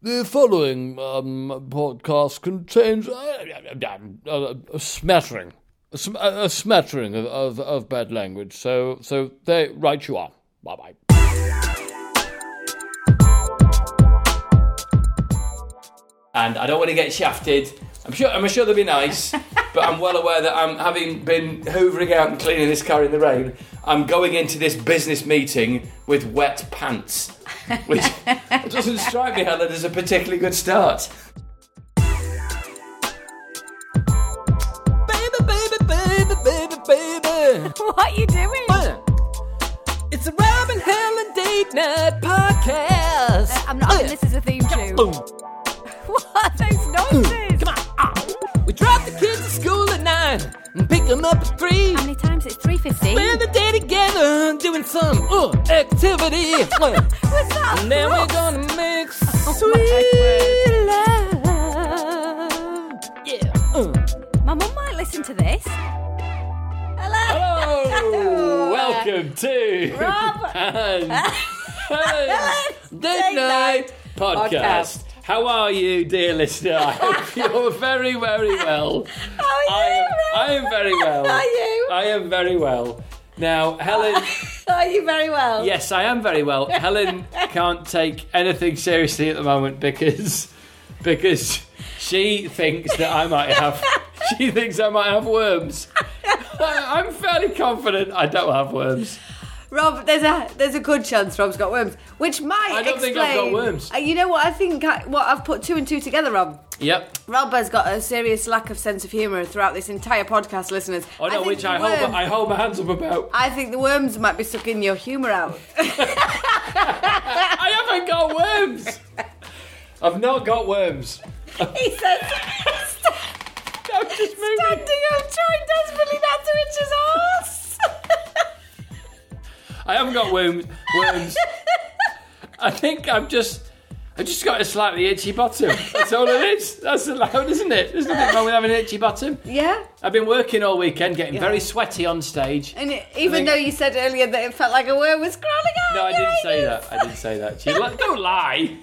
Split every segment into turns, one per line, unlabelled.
The following um, podcast contains uh, uh, a smattering, a, sm- uh, a smattering of, of, of bad language. So, so there, right you are. Bye bye.
and I don't want to get shafted. I'm sure I'm sure they'll be nice, but I'm well aware that I'm having been hoovering out and cleaning this car in the rain. I'm going into this business meeting with wet pants, which doesn't strike me, Helen, as a particularly good start.
Baby, baby, baby, baby, baby.
What you doing?
It's a Robin Helen date night podcast.
Uh, I'm not having this as a theme tune.
Boom.
What are those
Mm.
noises?
Come on.
Ah.
Ow. We drop the kids at school at nine and pick them up at three.
How many times? It's
Spend
3.15.
the day together doing some uh, activity. and
What's that?
then we're
Look.
gonna make
Oh my
sweet love. Yeah. Uh.
Mm.
My mum might listen to this. Hello.
Hello, welcome to
Rob.
Helen- Helen's Date Night Podcast.
Podcast.
How are you, dear listener? I hope you're very, very well.
How
I
are you,
am, I am
Rob?
very well.
How are you?
I am very well. Now, Helen,
Are you very well?
yes, I am very well. Helen can't take anything seriously at the moment because because she thinks that I might have she thinks I might have worms. I, I'm fairly confident I don't have worms.
Rob, there's a there's a good chance Rob's got worms, which might
I don't
explain.
think I've got worms.
Uh, you know what? I think I, what I've put two and two together, Rob.
Yep.
Rob has got a serious lack of sense of humour throughout this entire podcast, listeners.
Oh no,
think
which
the
I
worm-
hold I hold my hands up about.
I think the worms might be sucking your humour out.
I haven't got worms. I've not got worms.
he says,
I'm just moving.
standing up, trying desperately not to itch his arse.
I haven't got worms. Worms. I think I've just, I just got a slightly itchy bottom. That's all it is. That's allowed, isn't it? There's nothing wrong with having an itchy bottom.
yeah,
I've been working all weekend, getting very sweaty on stage.
and it, even
think-
though you said earlier that it felt like a worm was crawling out.
No, I
your
didn't say
anus.
that. I didn't say that. She li- don't lie.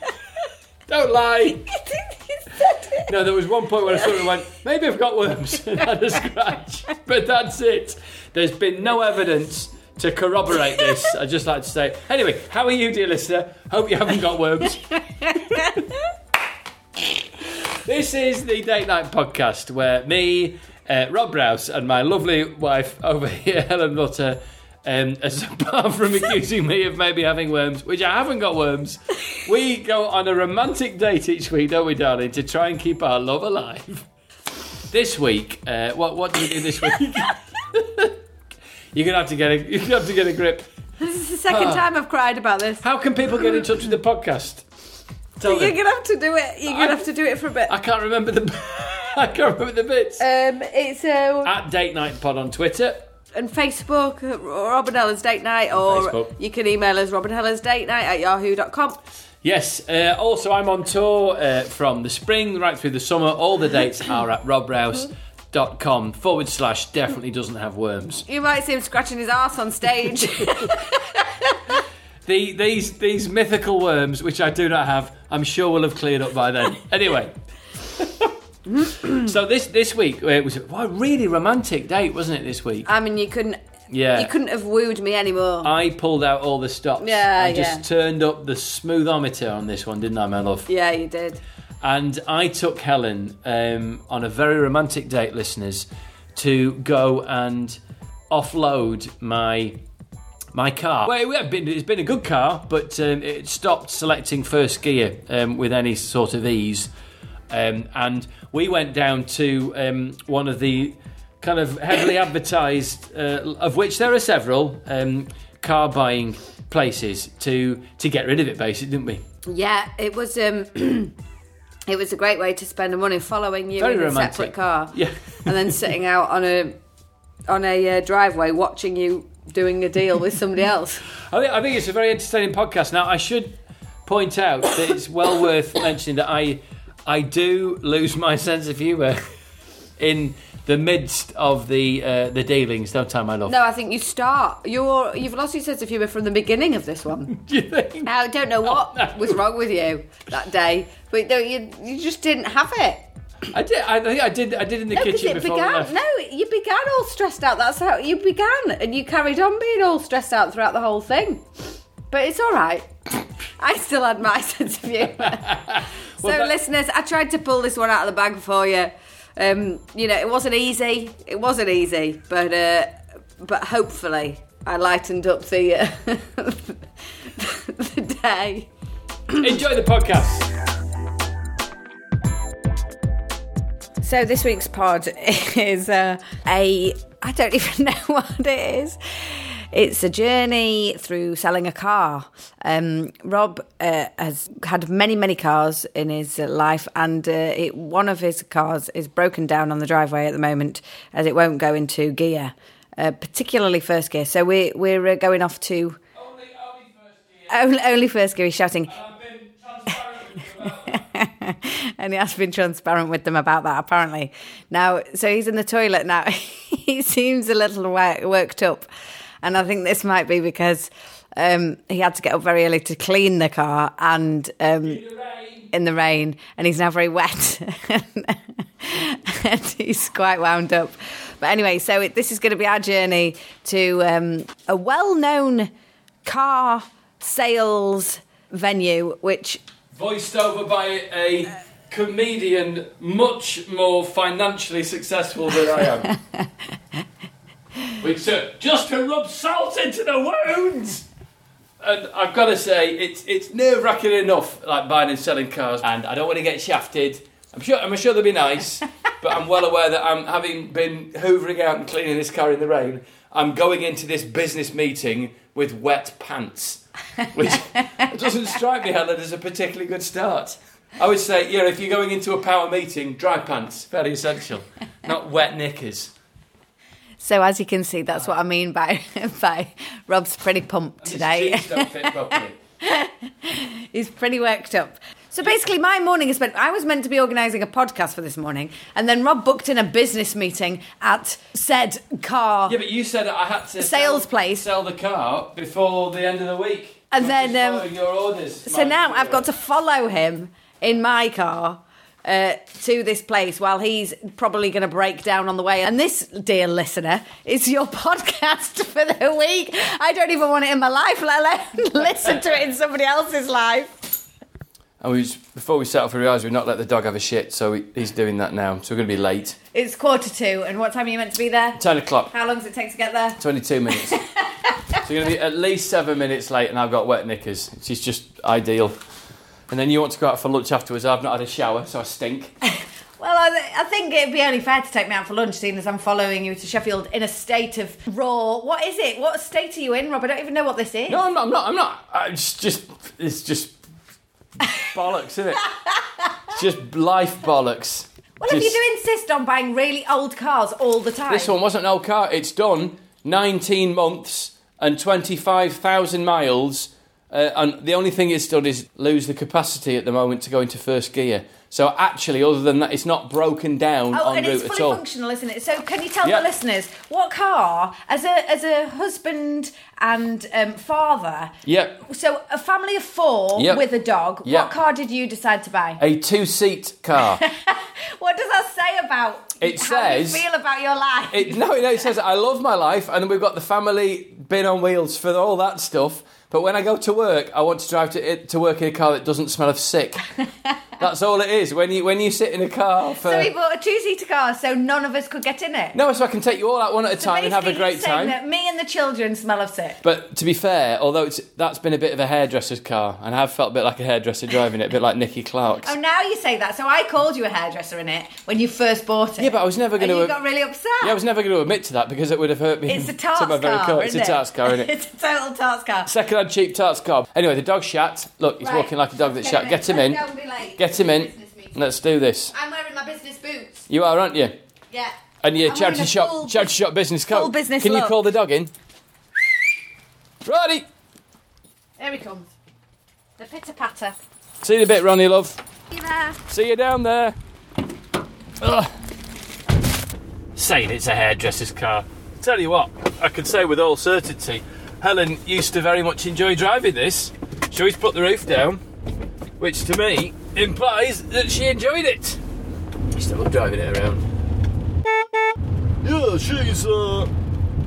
Don't lie.
you said it.
No, there was one point where I sort of went, maybe I've got worms and had a scratch, but that's it. There's been no evidence to corroborate this. I'd just like to say. Anyway, how are you, dear listener? Hope you haven't got worms. this is the Date Night Podcast where me, uh, Rob Rouse, and my lovely wife over here, Helen Nutter, um, as apart from accusing me of maybe having worms, which I haven't got worms, we go on a romantic date each week, don't we, darling, to try and keep our love alive. This week, uh, what what do we do this week? you're gonna have to get a you're gonna have to get a grip.
This is the second time I've cried about this.
How can people get in touch with the podcast? Tell
You're
them.
gonna have to do it. You're gonna
I-
have to do it for a bit.
I can't remember the I can't remember the bits.
Um, it's uh,
At Date Night Pod on Twitter.
and Facebook, uh, Robin Helen's Date Night, or
Facebook.
you can email us Robin Helen's Date Night at yahoo.com.
Yes. Uh, also, I'm on tour uh, from the spring right through the summer. All the dates are at robrouse.com forward slash definitely doesn't have worms.
You might see him scratching his ass on stage.
The, these these mythical worms, which I do not have, I'm sure will have cleared up by then. Anyway. so this this week uh, it was what a really romantic date, wasn't it? This week,
I mean, you couldn't,
yeah. Uh,
you couldn't have wooed me anymore.
I pulled out all the stops.
Yeah,
I just
yeah.
turned up the smoothometer on this one, didn't I, my love?
yeah, you did.
And I took Helen um, on a very romantic date, listeners, to go and offload my my car. Well, it had been, it's been a good car, but um, it stopped selecting first gear um, with any sort of ease. Um, and we went down to um, one of the kind of heavily advertised, uh, of which there are several, um, car buying places to to get rid of it, basically, didn't we?
Yeah, it was. Um, it was a great way to spend the money following you
Very
in
romantic.
a separate car,
Yeah.
and then sitting out on a on a uh, driveway watching you doing a deal with somebody else.
I think, I think it's a very entertaining podcast. Now, I should point out that it's well worth mentioning that I I do lose my sense of humour in the midst of the uh, the dealings, don't I, my love?
No, I think you start. You're you've lost your sense of humour from the beginning of this one.
Do you think?
I don't know
Oh.
what was wrong with you that day, but no, you you just didn't have it.
I did. I think I did. I did in the
No, because
kitchen
it
before we left.
began. No, you began all stressed out. That's how you began, and you carried on being all stressed out throughout the whole thing. But it's all right. I still had my sense of humour. so,
that-
listeners, I tried to pull this one out of the bag for you. Um, you know, it wasn't easy. It wasn't easy, but uh, but hopefully, I lightened up the uh, the day.
Enjoy the podcast.
So this week's pod is uh, a I don't even know what it is. It's a journey through selling a car. Um, Rob uh, has had many, many cars in his uh, life, and uh, it, one of his cars is broken down on the driveway at the moment as it won't go into gear, uh, particularly first gear. So we're we're uh, going off to only, only first gear. He's shouting, and he has been transparent with them about that apparently now so he's in the toilet now he seems a little wor- worked up and i think this might be because um, he had to get up very early to clean the car and um, in the rain and he's now very wet and he's quite wound up but anyway so it, this is going to be our journey to um, a well-known car sales venue which
Voiced over by a comedian much more financially successful than I am. Which took just to rub salt into the wounds. And I've got to say, it's it's nerve wracking enough, like buying and selling cars. And I don't want to get shafted. I'm sure I'm sure they'll be nice, but I'm well aware that I'm having been hoovering out and cleaning this car in the rain. I'm going into this business meeting with wet pants, which doesn't strike me, Helen, as a particularly good start. I would say, yeah, if you're going into a power meeting, dry pants, very essential, not wet knickers.
So as you can see, that's what I mean by by Rob's pretty pumped today.
These jeans don't fit properly.
He's pretty worked up. So basically, my morning is spent. I was meant to be organising a podcast for this morning, and then Rob booked in a business meeting at said car,
Yeah, but you said I had to
Sales
sell,
place.
sell the car before the end of the week.
And
I'm
then,
just
um,
following your orders.
So now I've got to follow him in my car uh, to this place while he's probably going to break down on the way. And this, dear listener, is your podcast for the week. I don't even want it in my life, let alone listen to it in somebody else's life.
And we was, before we set off, we realised we'd not let the dog have a shit, so we, he's doing that now. So we're going to be late.
It's quarter to, and what time are you meant to be there?
Ten o'clock.
How long does it take to get there?
Twenty-two minutes. so you're going to be at least seven minutes late, and I've got wet knickers, which is just ideal. And then you want to go out for lunch afterwards. I've not had a shower, so I stink.
Well, I, th- I think it'd be only fair to take me out for lunch, seeing as I'm following you to Sheffield in a state of raw. What is it? What state are you in, Rob? I don't even know what this is.
No, I'm not. I'm not. I'm not. I- It's just. It's just bollocks, isn't it? It's just life bollocks.
Well, if you
Just-
do insist on buying really old cars all the time,
This one wasn't an old car. It's done 19 months and 25,000 miles. Uh, and the only thing it's done is lose the capacity at the moment to go into first gear. So actually, other than that, it's not broken down
oh,
en
and it's
route
fully
at all.
functional, isn't it? So, can you tell
Yeah.
the listeners what car, as a as a husband and um, father,
Yep.
so a family of four
Yep.
with a dog,
Yep.
what car did you decide to buy?
A two-seat car.
What does that say about
It
how
says-
you feel about your life?
It, no, no, it says I love my life, and we've got the family bin on wheels for all that stuff. But when I go to work, I want to drive to, it- to work in a car that doesn't smell of sick. That's all it is. When you when you sit in a car for
so we bought a two-seater car, so none of us could get in it.
no, so I can take you all out one at a
So
time and have a
basically
great
you're saying
time.
That me and the children smell of sick.
But to be fair, although it's, that's been a bit of a hairdresser's car, and I have felt a bit like a hairdresser driving it, a bit like Nicky Clark's.
Oh, now you say that. So I called you a hairdresser in it when you first bought it.
Yeah, but I was never
And
gonna-
you got really upset.
yeah, I was never going to admit to that because it would have hurt me.
It's a
to
tarts
my
car.
very core. It's
isn't
a tarts car, isn't it?
it's a total tarts car.
Second-hand cheap tarts car. Anyway, the dog shat. Look, he's
Right.
walking like a dog that
Get
shat.
him
Get him in.
in. Don't be late.
Get him in.
Business meeting.
Let's do this.
I'm wearing my business boots.
You are, aren't you?
Yeah.
And your
I'm
charity
wearing a
shop,
full
charity
bus-
shop business coat.
full business
Can you
look.
call the dog in? Ronnie,
Here he comes. The pitter patter.
see you in a bit, Ronnie, love.
You there?
See you down there. Ugh. saying it's a hairdresser's car. Tell you what, I can say with all certainty, Helen used to very much enjoy driving this. She always put the roof down, which to me implies that she enjoyed it. I still love driving it around.
Yeah, she's uh,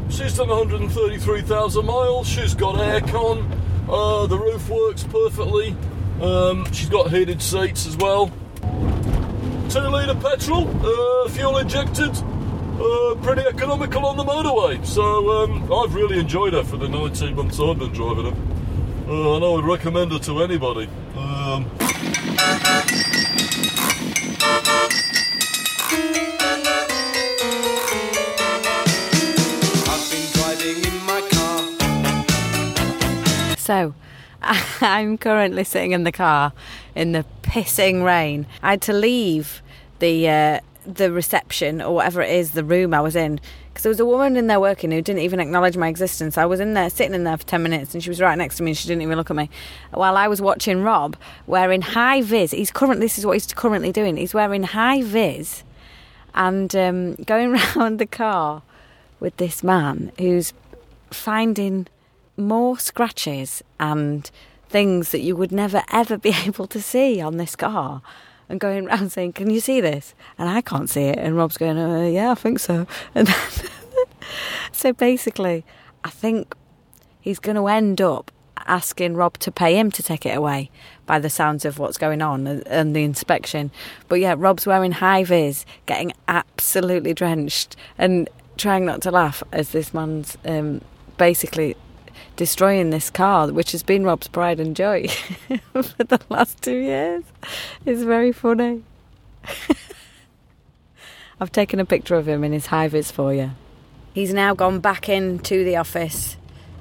she's done 133,000 miles. She's got aircon. Uh, the roof works perfectly. Um, she's got heated seats as well. Two litre petrol, uh, fuel injected. Uh, pretty economical on the motorway. So um, I've really enjoyed her for the 19 months I've been driving her. Uh, and I would recommend her to anybody. Um,
I've been driving in my car.
So, I'm currently sitting in the car in the pissing rain. I had to leave the uh, the reception or whatever it is, the room I was in, because there was a woman in there working who didn't even acknowledge my existence. I was in there, sitting in there for ten minutes, and she was right next to me, and she didn't even look at me. While I was watching Rob wearing high vis, he's current. This is what he's currently doing. He's wearing high vis and um, going round the car with this man who's finding more scratches and things that you would never ever be able to see on this car and going round saying can you see this and i can't see it and rob's going uh, yeah i think so and then, so basically i think he's going to end up asking rob to pay him to take it away by the sounds of what's going on and, and the inspection but yeah rob's wearing high vis getting absolutely drenched and trying not to laugh as this man's um, basically destroying this car, which has been Rob's pride and joy for the last two years. It's very funny. I've taken a picture of him in his high vis for you. He's now gone back into the office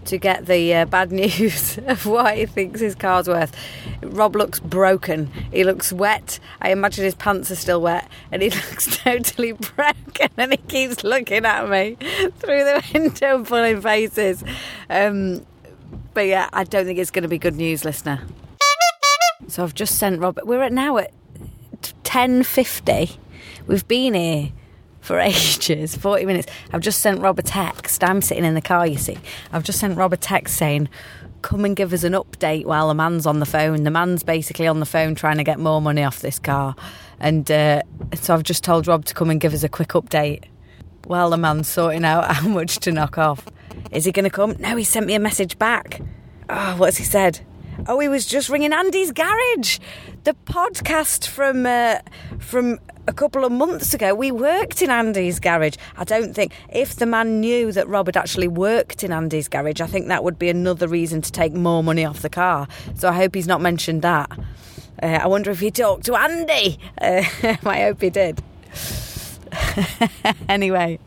to get the uh, bad news of what he thinks his car's worth. Rob looks broken. He looks wet. I imagine his pants are still wet, and he looks totally broken. And he keeps looking at me through the window, pulling faces. Um, but yeah, I don't think it's going to be good news, listener. So I've just sent Rob. We're at now at ten fifty. We've been here for ages, forty minutes. I've just sent Rob a text. I'm sitting in the car, you see. I've just sent Rob a text saying, "Come and give us an update while the man's on the phone." The man's basically on the phone trying to get more money off this car, and uh, so I've just told Rob to come and give us a quick update while the man's sorting out how much to knock off. Is he going to come? No, he sent me a message back. Oh, what's he said? Oh, he was just ringing Andy's garage. The podcast from uh, from a couple of months ago. We worked in Andy's garage. I don't think if the man knew that Rob had actually worked in Andy's garage, I think that would be another reason to take more money off the car. So I hope he's not mentioned that. Uh, I wonder if he talked to Andy. Uh, I hope he did. anyway,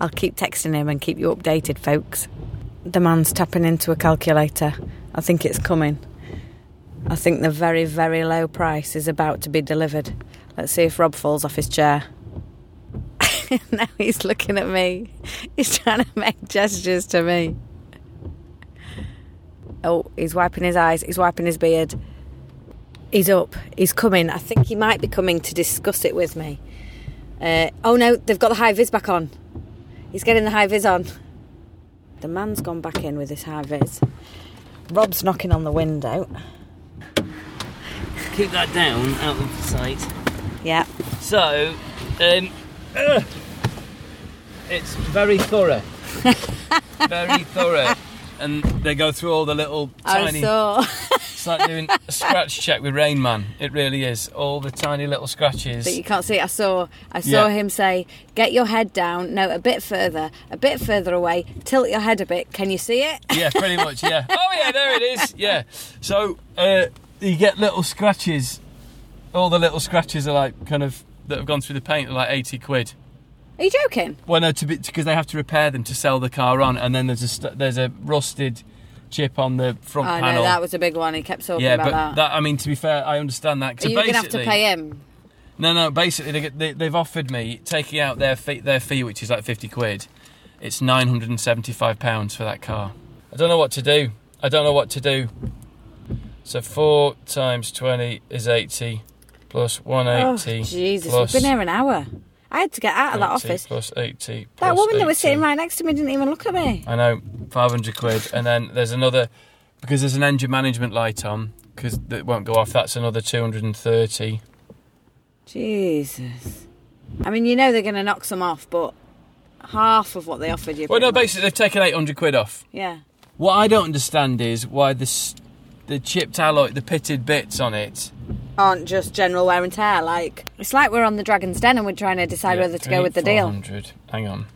I'll keep texting him and keep you updated, folks. The man's tapping into a calculator. I think it's coming. I think the very, very low price is about to be delivered. Let's see if Rob falls off his chair. now he's looking at me. He's trying to make gestures to me. Oh, he's wiping his eyes, he's wiping his beard. He's up, he's coming. I think he might be coming to discuss it with me. Uh, oh no, they've got the high vis back on. He's getting the high vis on. The man's gone back in with his high vis. Rob's knocking on the window.
Keep that down out of sight.
Yeah.
So, um, ugh, it's very thorough. very thorough. And they go through all the little tiny.
I saw.
It's like doing a scratch check with Rain Man. It really is. All the tiny little scratches.
But you can't see. it. I saw. I saw
Yeah.
him say, "Get your head down. No, a bit further. A bit further away. Tilt your head a bit. Can you see it?"
yeah, pretty much. Yeah. Oh yeah, there it is. Yeah. So uh, you get little scratches. All the little scratches are like kind of that have gone through the paint are like eighty quid.
Are you joking?
Well, no, to be because they have to repair them to sell the car on, and then there's a st- there's a rusted chip on the front
I
panel.
know Oh, that was a big one. He kept talking
yeah, but
about that.
I mean, to be fair, I understand that. 'cause
Are you going to have to
basically-
pay him?
No, no. Basically, they, get- they, they've offered me taking out their fee, their fee, which is like fifty quid. It's nine hundred and seventy-five pounds for that car. I don't know what to do. I don't know what to do. So four times twenty is eighty, plus one
Oh,
eighty.
Jesus,
plus
we've been here an hour. I had to get out of Oh, that
80
office.
plus 80
That
plus
woman that was
80.
sitting right next to me didn't even look at me.
I know, 500 quid. And then there's another, because there's an engine management light on, because it won't go off, that's another 230.
Jesus. I mean, you know they're going to knock some off, but half of what they offered you.
Well, no,
pretty much.
basically, they've taken 800 quid off.
Yeah.
What I don't understand is why this, the chipped alloy, the pitted bits on it.
Aren't just general wear and tear. Like, it's like we're on the Dragon's Den and we're trying to decide
Yeah,
whether to go with the deal.
400. Hang on.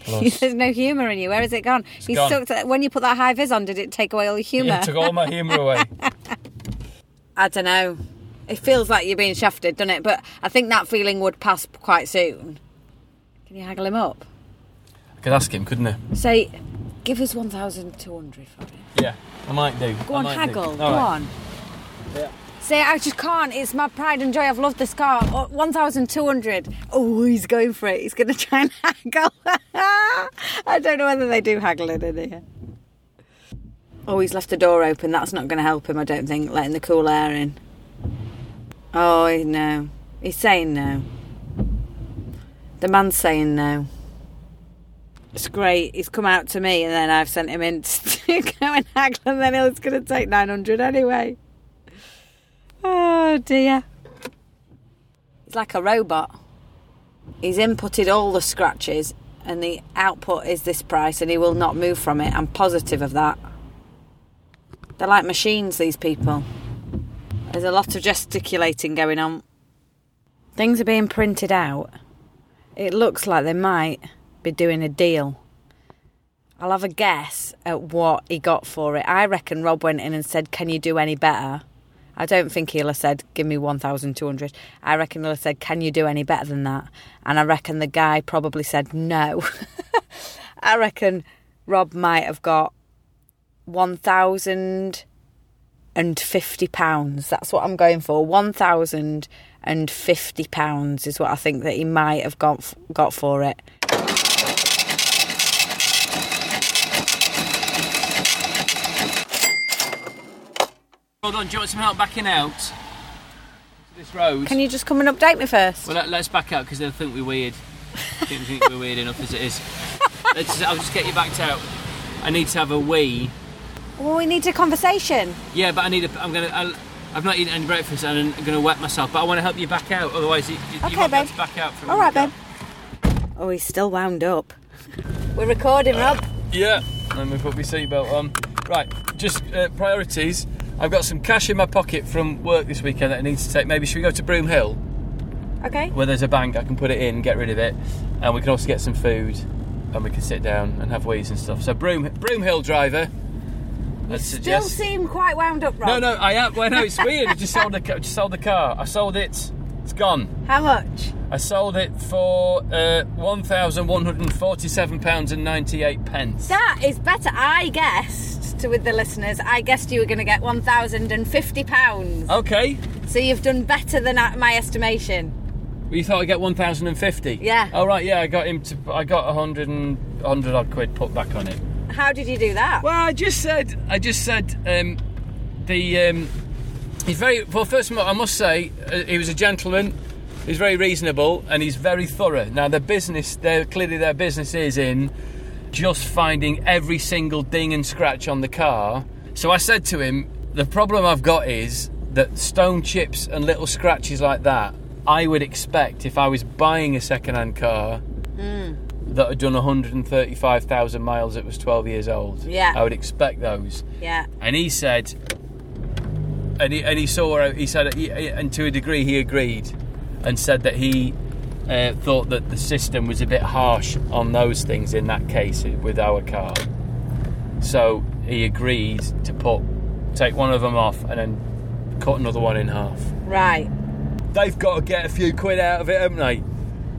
Plus.
There's no humour in you. Where has it gone? you
gone.
sucked at, when you put that high vis on, did it take away all your humour?
It took all my humour away.
I don't know. It feels like you're being shafted, doesn't it? But I think that feeling would pass quite soon. Can you haggle him up?
I could ask him, couldn't I?
Say, give us 1,200 for it.
Yeah, I might do.
Go
I
on,
might do.
haggle.
All
Go
right.
on. Say, I just can't. It's my pride and joy. I've loved this car. Oh, 1,200. Oh, he's going for it. He's going to try and haggle. I don't know whether they do haggling in here. Oh, he's left the door open. That's not going to help him, I don't think, letting the cool air in. Oh, he- no. He's saying no. The man's saying no. It's great. He's come out to me, and then I've sent him in to go and haggle, and then he's going to take 900 anyway. Oh dear. He's like a robot. He's inputted all the scratches, and the output is this price, and he will not move from it. I'm positive of that. They're like machines, these people. There's a lot of gesticulating going on. Things are being printed out. It looks like they might be doing a deal. I'll have a guess at what he got for it. I reckon Rob went in and said, Can you do any better? I don't think he'll have said, Give me 1,200. I reckon he'll have said, Can you do any better than that? And I reckon the guy probably said, No. I reckon Rob might have got £1,050. That's what I'm going for. £1,050 is what I think that he might have got, got for it.
Hold on, do you want some help backing out? to This road.
Can you just come and update me first?
Well, let, let's back out because they'll think we're weird. They don't think we're weird enough as it is. Let's just, I'll just get you backed out. I need to have a wee.
Well, Oh, we need a conversation.
Yeah, but I need a. I'm gonna. I'll, I've not eaten any breakfast and I'm gonna wet myself. But I want to help you back out. Otherwise, you, you won't
Okay,
be able
babe.
to back out from.
All right, babe. Oh, he's still wound up. We're recording, Rob.
Yeah. Let me put my seatbelt on. Right. Just uh, priorities. I've got some cash in my pocket from work this weekend that I need to take. Maybe should we go to Broom Hill
Okay.
where there's a bank? I can put it in, get rid of it, and we can also get some food, and we can sit down and have wees and stuff. So Broom Broom Hill driver. I'd
Still
suggest.
seem quite wound up,
No,
Rob.
no, I am. Well, no, it's weird. I just sold the ca- just sold the car. I sold it. It's gone.
How much?
I sold it for uh, one thousand one hundred and forty-seven pounds and ninety-eight pence.
That is better. I guessed, to with the listeners, I guessed you were going to get £1,050.
Okay.
So you've done better than at my estimation.
Well, you thought I'd get one thousand and fifty.
Yeah.
All right. Yeah, I got him to. I got a hundred and hundred odd quid put back on it.
How did you do that?
Well, I just said, I just said, um, the um, he's very well. First of all, I must say, uh, he was a gentleman. He's very reasonable and he's very thorough. Now, their business, their clearly their business is in just finding every single ding and scratch on the car. So I said to him, the problem I've got is that stone chips and little scratches like that. I would expect if I was buying a second-hand car that had done 135,000 miles. It was 12 years old.
Yeah.
I would expect those.
yeah.
And he said, and he and he saw. He said, he, and to a degree, he agreed, and said that he uh, thought that the system was a bit harsh on those things in that case with our car. So he agreed to put take one of them off and then cut another one in half.
Right.
They've got to get a few quid out of it, haven't they?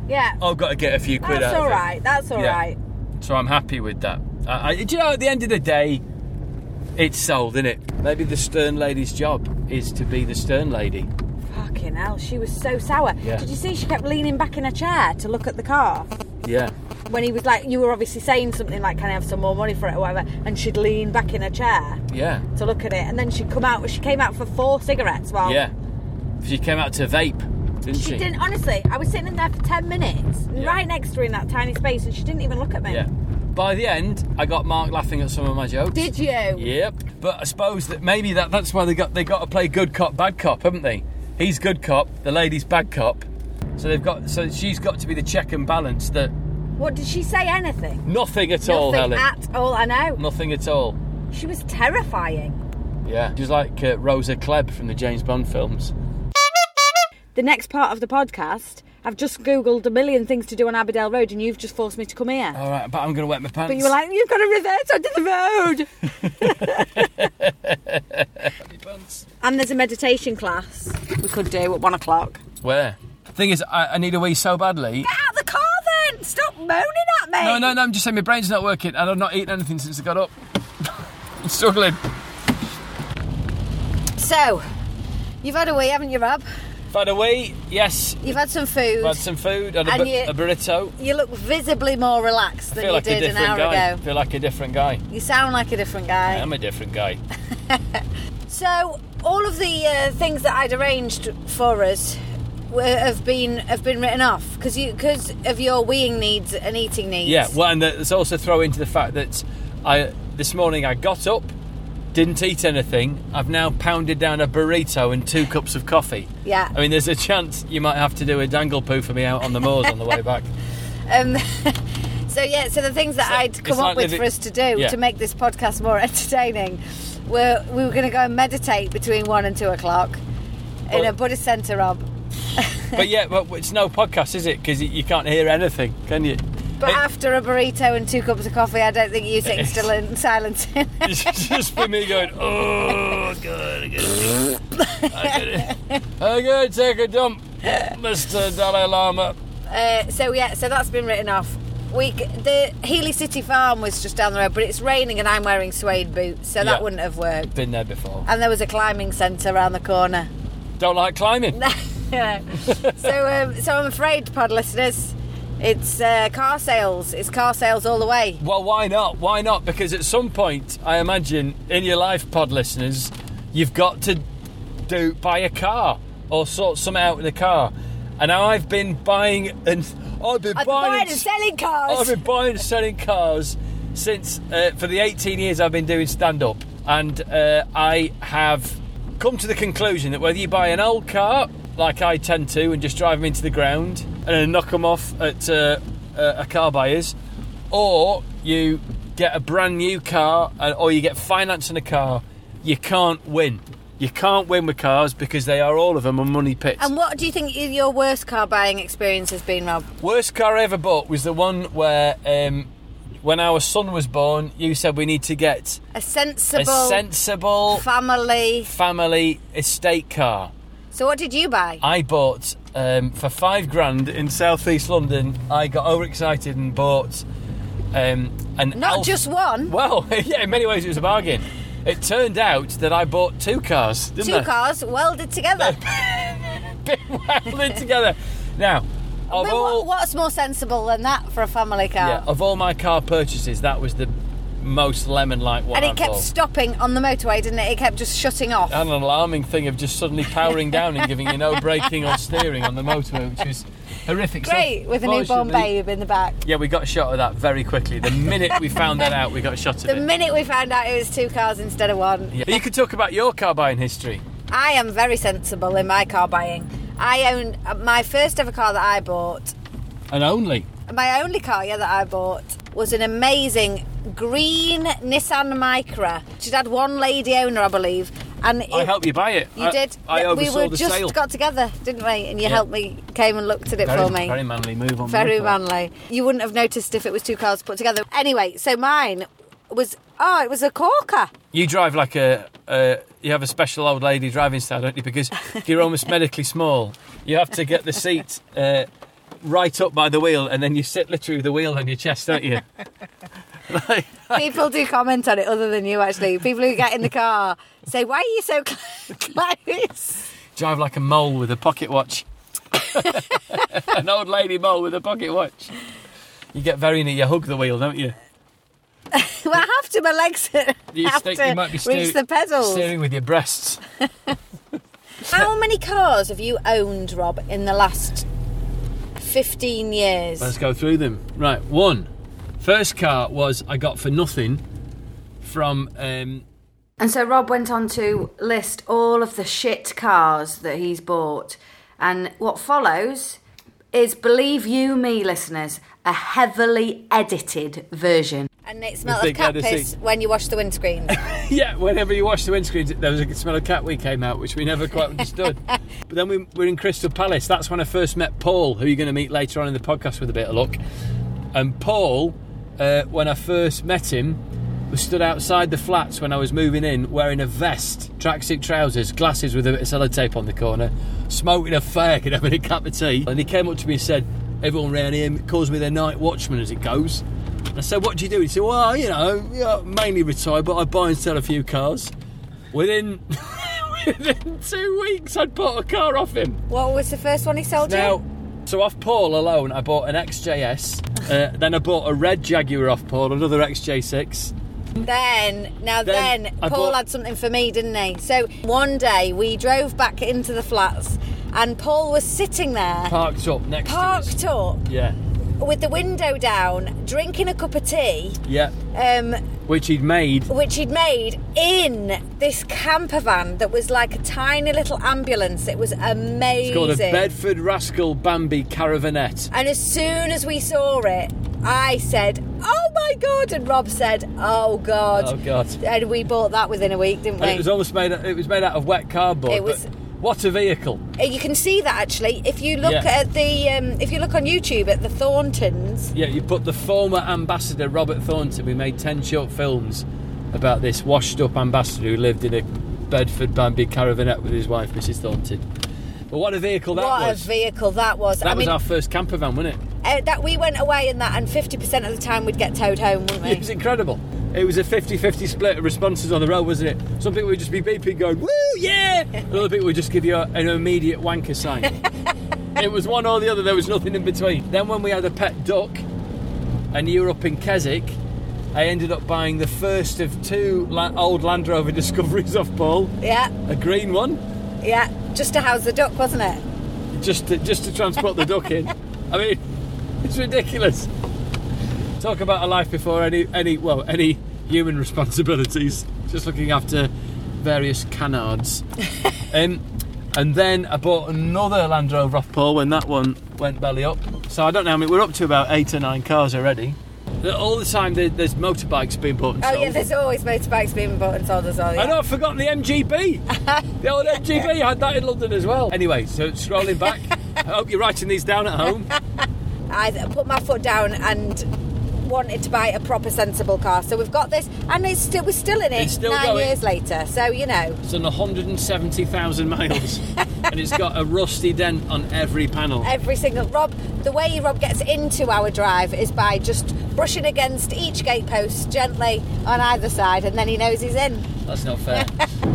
Yeah.
I've got to get a few quid
That's
out
all
of Oh, it.
right. That's all right.
Yeah. So I'm happy with that. I, I, do you know, at the end of the day, it's sold, isn't it? Maybe the stern lady's job is to be the stern lady.
Fucking hell, she was so sour.
Yeah.
Did you see she kept leaning back in her chair to look at the car?
Yeah.
When he was like, you were obviously saying something like, can I have some more money for it or whatever? And she'd lean back in her chair
Yeah.
to look at it. And then she'd come out, she came out for four cigarettes. Well,
Yeah. She came out to vape. didn't she?
She didn't, honestly, I was sitting in there for 10 minutes,
Yeah.
right next to her in that tiny space, and she didn't even look at me.
Yeah. By the end, I got Mark laughing at some of my jokes.
Did you?
Yep. But I suppose that maybe that, that's why they got they got to play good cop bad cop, haven't they? He's good cop, the lady's bad cop. So they've got so she's got to be the check and balance that
What, did she say anything?
nothing at all,
Nothing
Helen.
at all, I know.
nothing at all.
She was terrifying.
Yeah. She's like uh, Rosa Klebb from the James Bond films.
The next part of the podcast, I've just Googled a million things to do on Aberdale Road, and you've just forced me to come here.
All right, but I'm going to wet my pants.
But you were like, you've got to revert onto the road. and there's a meditation class we could do at one o'clock.
Where? Thing is, I, I need a wee so badly.
Out of the car then! Stop moaning at me!
No, no, no, I'm just saying my brain's not working and I've not eaten anything since I got up. I'm struggling.
So, you've had a wee, haven't you, Rob?
Had a wee, yes.
You've had some food.
Had some food, had a,
And
bu-
you-
a burrito.
You look visibly more relaxed than
feel
you
like a
did an
different
hour
guy.
ago.
feel like a different guy.
You sound like a different guy.
I'm a different guy.
So all of the uh, things that I'd arranged for us were, have been have been written off because you because of your weeing needs and eating needs.
Yeah, well, and let's also throw into the fact that I this morning I got up, didn't eat anything. I've now pounded down a burrito and two cups of coffee.
Yeah.
I mean, there's a chance you might have to do a dangle poo for me out on the moors on the way back.
Um, so yeah, so the things that I'd come
it's
up
like
with
living-
for us to do
Yeah.
to make this podcast more entertaining were we were going to go and meditate between one and two o'clock in
Well-
a Buddhist centre, Rob.
But yeah, but it's no podcast, is it? Because you can't hear anything, can you?
But
It-
after a burrito and two cups of coffee, I don't think you sitting still in silence.
It's just for me going, oh, God, I gotta- I gotta- I gotta take a dump, Mr. Dalai Lama.
Uh, so yeah, so that's been written off. We c- the Healy City Farm was just down the road, but it's raining and I'm wearing suede boots, so that
Yeah.
wouldn't have worked.
Been there before.
And there was a climbing centre around the corner.
Don't like climbing.
Yeah. so um, so I'm afraid, pod listeners, it's uh, car sales. It's car sales all the way.
Well, why not? Why not? Because at some point, I imagine in your life, pod listeners, you've got to do buy a car or sort something out with a car. And now I've been buying and I've been
I've been
buying,
buying and selling cars.
I've been buying and selling cars since uh, for the 18 years I've been doing stand up, and uh, I have come to the conclusion that whether you buy an old car like I tend to and just drive them into the ground and then knock them off at uh, uh, a car buyer's, or you get a brand new car and, or you get finance on a car, you can't win. You can't win with cars because they are all of them a money pit.
And what do you think y- your worst car buying experience has been, Rob?
Worst car I ever bought was the one where, um, when our son was born, you said we need to get
A
a
sensible
sensible
family.
family estate car.
So what did you buy?
I bought um, for five grand in southeast London. I got overexcited and bought um, an
Not
Alf-
just one,
Well, yeah, in many ways it was a bargain. It turned out that I bought two cars. Didn't
two
I?
cars welded together.
Welded together. Now, of
But
all
what, what's more sensible than that for a family car?
Yeah, of all my car purchases, that was the most lemon-like one.
And
I
it kept
bought.
stopping on the motorway, didn't it? It kept just shutting off.
and an alarming thing of just suddenly powering down and giving you no braking or steering on the motorway, which is horrific. So
Great, with a newborn
fortunately-
babe in the back.
Yeah, we got a shot of that very quickly. The minute we found that out, we got a shot
The
at it.
minute we found out it was two cars instead of one,
Yeah. You could talk about your car buying history.
I am very sensible in my car buying. I owned my first ever car that I bought.
And only.
My only car, yeah, that I bought was an amazing green Nissan Micra. She'd had one lady owner, I believe, and it,
I helped you buy it.
You
I-
did.
I
we
oversaw
were
the
just
sale.
got together, didn't we? And you
Yeah.
helped me, came and looked at it
very,
for me.
very manly move on. my
Very
part.
manly. You wouldn't have noticed if it was two cars put together. Anyway, so mine was oh, it was a corker.
You drive like a, uh, you have a special old lady driving style, don't you? Because you're almost medically small. You have to get the seat uh, right up by the wheel, and then you sit literally with the wheel on your chest, don't you? like,
People do comment on it other than you actually. People who get in the car say, "Why are you so cl- close?"
drive like a mole with a pocket watch. An old lady mole with a pocket watch. You get very near, you hug the wheel, don't you?
well, I have to. My legs
You,
have
stick-
to
you might be steer-
reach the pedals.
steering with your breasts.
How many cars have you owned, Rob, in the last 15 years?
Let's go through them. Right, one. First car was I got for nothing from um,
And so Rob went on to list all of the shit cars that he's bought. And what follows is, believe you me, listeners, a heavily edited version.
and it smells
The big
of cat
leather
piss
seat.
when you wash the windscreen.
yeah, whenever you wash the windscreens, there was a smell of cat wee came out, which we never quite understood. but then we were in Crystal Palace. That's when I first met Paul, who you're going to meet later on in the podcast with a bit of luck. And Paul, uh, when I first met him, was stood outside the flats when I was moving in, wearing a vest, tracksuit trousers, glasses with a bit of sellotape on the corner, smoking a fag and having a cup of tea. And he came up to me and said, "Everyone round here calls me their night watchman, as it goes." I said, "What do you do?" He said, "Well, you know, yeah, mainly retired, but I buy and sell a few cars." Within within two weeks, I'd bought a car off him.
what was the first one he sold
Now,
you?
so off Paul alone, I bought an XJS. Uh, then I bought a red Jaguar off Paul, another XJ6.
Then, now
Then
then,
I
Paul
bought-
had something for me, didn't he? So one day we drove back into the flats and Paul was sitting there,
Parked up next to us.
parked up,
Yeah,
with the window down, drinking a cup of tea,
yeah.
um,
Which he'd made.
which he'd made in this camper van that was like a tiny little ambulance. It was amazing.
It's called a Bedford Rascal Bambi Caravanette.
And as soon as we saw it, I said, "Oh my god!" and Rob said, "Oh god."
Oh, God.
And we bought that within a week, didn't we?
And it was almost made. It was made out of wet cardboard.
It was-
but What a vehicle!
Uh, You can see that actually if you look
Yeah.
at the um, if you look on YouTube at the Thorntons.
Yeah, you put the former ambassador Robert Thornton. We made ten short films about this washed-up ambassador who lived in a Bedford Bambi Caravanette with his wife, Mrs. Thornton. But what a vehicle that
what
was!
a vehicle that was!
that
I
was
mean,
our first camper van, wasn't it?
uh, that we went away in that, and fifty percent of the time we'd get towed home, wouldn't we?
It was incredible. It was a 50-50 split of responses on the road, wasn't it? Some people would just be beeping, going, "Woo, yeah!" And other people would just give you a- an immediate wanker sign. it was one or the other. There was nothing in between. Then when we had a pet duck, and you were up in Keswick, I ended up buying the first of two la- old Land Rover Discoveries off Paul,
Yeah,
a green one,
yeah. Just to house the duck, wasn't it?
just to, just to transport the duck in. I mean, it's ridiculous. Talk about a life before any any well any human responsibilities. Just looking after various canards. um, and then I bought another Land Rover off Paul when that one went belly up. So I don't know. I mean, we're up to about eight or nine cars already. All the time there- there's motorbikes being bought. And
Oh
sold.
yeah, there's always motorbikes being bought and sold as well. Yeah.
I know, I've forgotten the MGB. the old MGB had that in London as well. Anyway, so scrolling back, I hope you're writing these down at home.
I put my foot down and wanted to buy a proper sensible car. So we've got this, and it's still we're still in it
It's still
nine
going.
years later. So you know,
It's on 170,000 miles, and it's got a rusty dent on every panel.
every single Rob, the way Rob gets into our drive is by just brushing against each gatepost gently on either side, and then he knows he's in
That's not fair.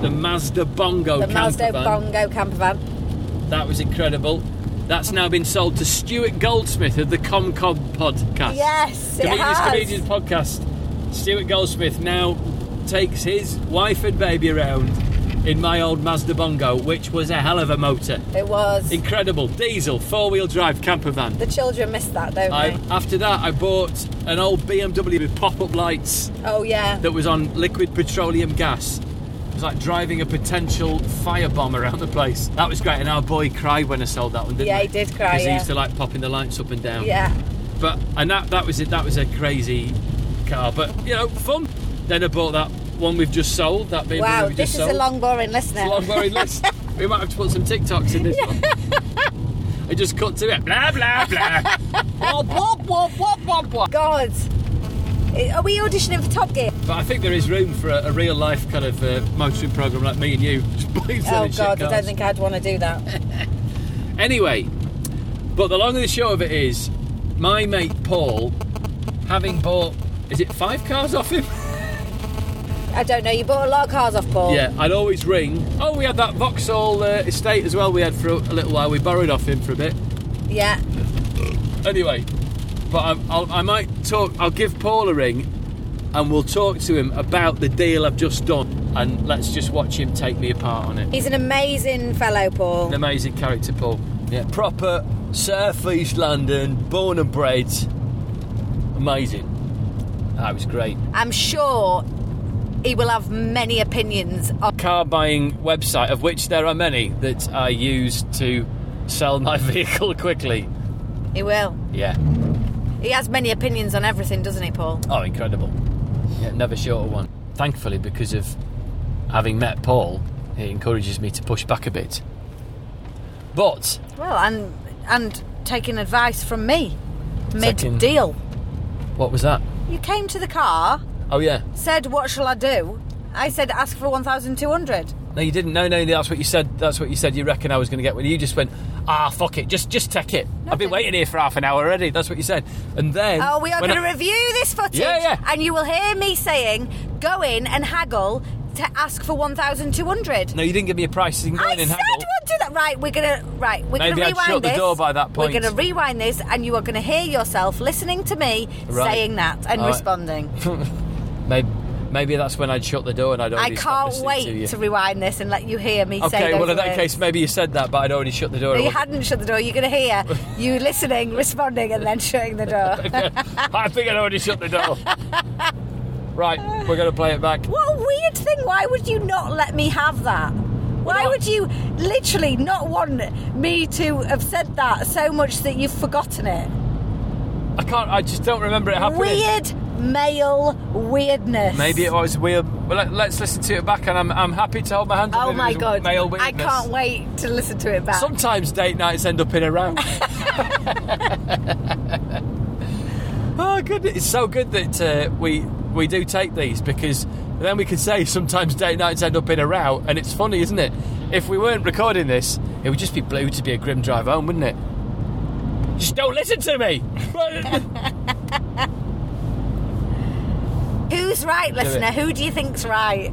the Mazda Bongo
the
camper
Mazda
van,
Bongo camper van.
that was incredible. That's now been sold to Stuart Goldsmith of the Comcom podcast.
Yes, it
Comedians
has.
Comedians podcast. Stuart Goldsmith now takes his wife and baby around in my old Mazda Bongo, which was a hell of a motor.
It was.
Incredible diesel four wheel drive camper van.
the children missed that, don't
I,
they?
after that, I bought an old BMW with pop up lights
Oh yeah.
that was on liquid petroleum gas. It was like driving a potential firebomb around the place. That was great, and our boy cried when I sold that one, didn't
Yeah,
he?
he did cry,
Because he
yeah.
used to like popping the lights up and down.
yeah.
But and that that was it. That was a crazy car, but you know, fun. Then I bought that one we've just sold. That BMW
Wow,
we
this
just
is
sold.
a long, boring listener.
Long worried list. We might have to put some TikToks in this one. I just cut to it. Blah blah blah. Wah, wah, wah, wah, wah, wah.
God, are we auditioning for Top Gear?
But I think there is room for a, a real life kind of uh, motoring program like me and you. Just buying
Oh
selling shit
God, I
cars.
don't think I'd want to do that.
Anyway, but the long and the short of it is, my mate Paul, having bought, is it five cars off him?
I don't know. You bought a lot of cars off Paul.
Yeah, I'd always ring. Oh, we had that Vauxhall uh, estate as well. We had for a little while. We borrowed off him for a bit.
Yeah.
Anyway, but I, I'll, I might talk. I'll give Paul a ring and we'll talk to him about the deal I've just done. And let's just watch him take me apart on it.
He's an amazing fellow, Paul.
An amazing character, Paul. Yeah, proper South East London, born and bred. Amazing. That was great.
I'm sure he will have many opinions on
car buying website, of which there are many that I use to sell my vehicle quickly.
he will.
Yeah.
He has many opinions on everything, doesn't he, Paul?
Oh, incredible. Yeah, never short of one. Thankfully, because of having met Paul, it encourages me to push back a bit. But
Well, and and taking advice from me. Mid
Taking-
deal.
what was that?
You came to the car,
Oh yeah.
said, "What shall I do?" I said, "Ask for one thousand two hundred.
No, you didn't. No, no, that's what you said. That's what you said. You reckon I was going to get one. You just went, ah, fuck it. Just, just take it. I've
Nothing.
been waiting here for half an hour already. That's what you said. And then.
Oh, we are
when
going to
I-
review this footage,
Yeah, yeah.
and you will hear me saying, "Go in and haggle to ask for one thousand two hundred.
No, you didn't give me a price. You can go
I
in and
said
haggle.
we'll do that. Right, we're gonna right. We're
Maybe
gonna
I'd
rewind
shut the
this.
door by that point.
We're gonna rewind this, and you are gonna hear yourself listening to me
Right.
saying that and
All right.
responding.
Maybe, maybe that's when I'd shut the door and I'd
I
already stopped
can't
listening
wait
to
to,
you.
rewind this and let you hear me say.
Okay,
those
well in that
words.
case, maybe you said that, but I'd already shut the door.
No, you
I wasn't-
hadn't shut the door. You're going to hear you listening, responding, and then shutting the door.
I think I'd already shut the door. right, we're going to play it back.
what a weird thing. Why would you not let me have that? Why would you literally not want me to have said that so much that you've forgotten it?
I can't. I just don't remember it happening.
Weird male weirdness.
Maybe it was weird. Well, let, let's listen to it back, and I'm, I'm happy to hold my hand. up
Oh
if it
my
was
god!
male
I
weakness.
can't wait to listen to it back.
Sometimes date nights end up in a row. oh, good! It's so good that uh, we we do take these because then we can say sometimes date nights end up in a row, and it's funny, isn't it? If we weren't recording this, it would just be blue to be a grim drive home, wouldn't it? Just don't listen to me.
Who's right, listener?
it.
Who do you think's right?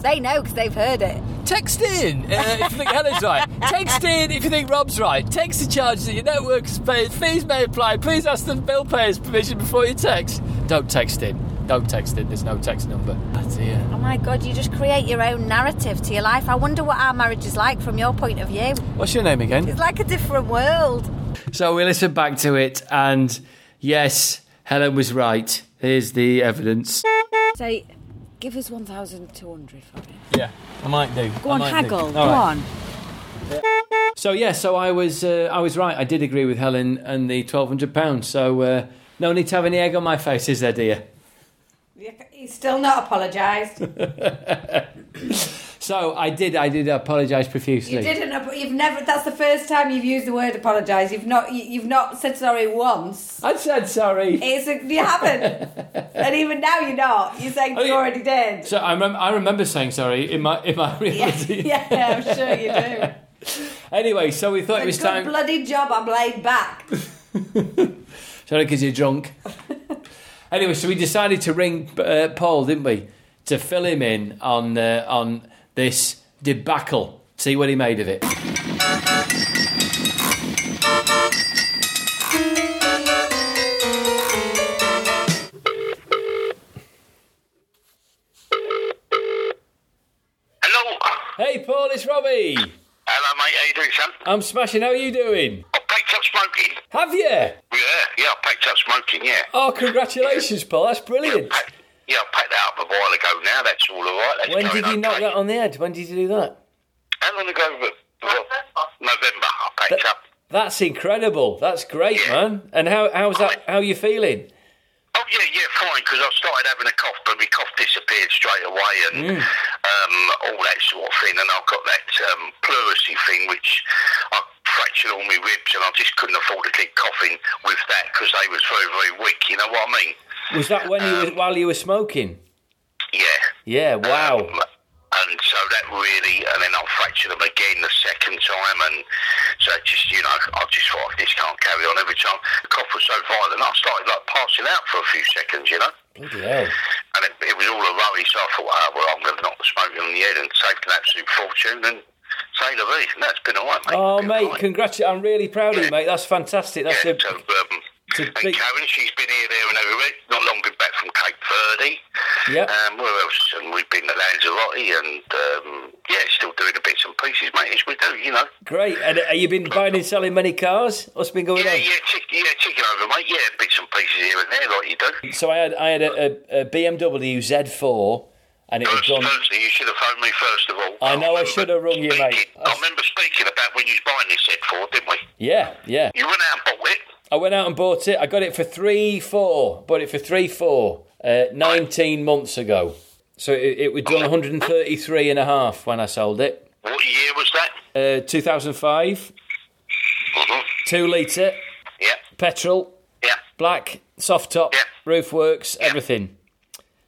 They know because they've heard it.
Text in uh, if you think Helen's right. Text in if you think Rob's right. Text the charges that your network has paid. Fees may apply. Please ask the bill payer's permission before you text. Don't text in. Don't text in. There's no text number. Oh dear.
Oh my god! You just create your own narrative to your life. I wonder what our marriage is like from your point of view.
What's your name again?
It's like a different world.
So we listened back to it, and yes, Helen was right. Here's the evidence.
Say, give us 1,200 for it.
Yeah, I might do.
Go on, haggle. Go on.
So yeah, so I was uh, I was right. I did agree with Helen and the twelve hundred pounds. So uh, no need to have any egg on my face, is there, dear?
He's still not apologised.
So I did. I did apologise profusely.
You didn't. ap- You've never. That's the first time you've used the word apologise. You've not. you- You've not said sorry once.
I said sorry.
It's a, you haven't, and even now you're not. You're saying
Oh,
you
yeah.
already did.
So I, remem- I remember saying sorry in my in my reality.
Yeah, I'm sure you do.
Anyway, so we thought it was
Good
time.
bloody job. I'm laid back.
Sorry, because you're drunk. anyway, so we decided to ring uh, Paul, didn't we, to fill him in on uh, on this debacle. See what he made of it.
Hello.
Hey, Paul, it's Robbie.
Hello, mate. How you doing, son?
I'm smashing. How are you doing?
I picked up smoking.
Have you?
Yeah, yeah. I picked up smoking. Yeah.
Oh, congratulations, Paul. That's brilliant.
Pack- Yeah, I picked that up a while ago. Now that's all alright. That's
When did
going
you knock
okay.
that on the head? When did you do that?
How long ago? was it? November. I picked up.
That's incredible. That's great, man. And how how's that? How you feeling?
Oh yeah, yeah, fine. Because I started having a cough, but my cough disappeared straight away, and
Hmm.
um, all that sort of thing. And I've got that um, pleurisy thing, which I fractured all my ribs, and I just couldn't afford to keep coughing with that because they was very, very weak. You know what I mean?
Was that when you
Um,
were, while you were smoking?
Yeah.
Yeah. Wow.
Um, and so that really, and then I fractured them again the second time, and so it just, you know, I just thought "Oh, this can't carry on every time. The cough was so violent, I started like passing out for a few seconds, you know,
Bloody hell.
and it, it was all a worry. So I thought, ah, well, I'm going to knock the smoke on the head and saved an absolute fortune, and say the least, and that's been all right, mate.
Oh,
Been
mate,
all right.
congratulations. I'm really proud of you, mate. That's fantastic. That's
Yeah,
a,
so, um,
a
and
big-
Karen, she's been here, there, and everywhere. Not long been back from Cape Ferdy.
Yep.
Um, where else? And we've been to Lanzarote and, um, yeah, still doing the bits and pieces, mate, as we do, you know.
Great. And uh, have you been buying and selling many cars? What's been going
Yeah,
on?
yeah, tick, yeah, ticking over, mate. Yeah, bits and pieces here and there, like you do.
So I had I had a, a, a BMW Z4, and it was
First,
done.
firstly, you should have phoned me first of all.
I know, I
remember
should have rung you, mate.
speaking- I remember speaking about when you was buying this set for, didn't we?
Yeah, yeah.
You went out and bought it.
I went out and bought it. I got it for three four. Bought it for three four. Uh, Nineteen months ago. So it, it was done 133 and a half when I sold it.
What year was that?
Uh, 2005,
Mhm.
two litre,
Yeah,
petrol,
yeah.
black, soft top,
Yeah.
roof works, everything.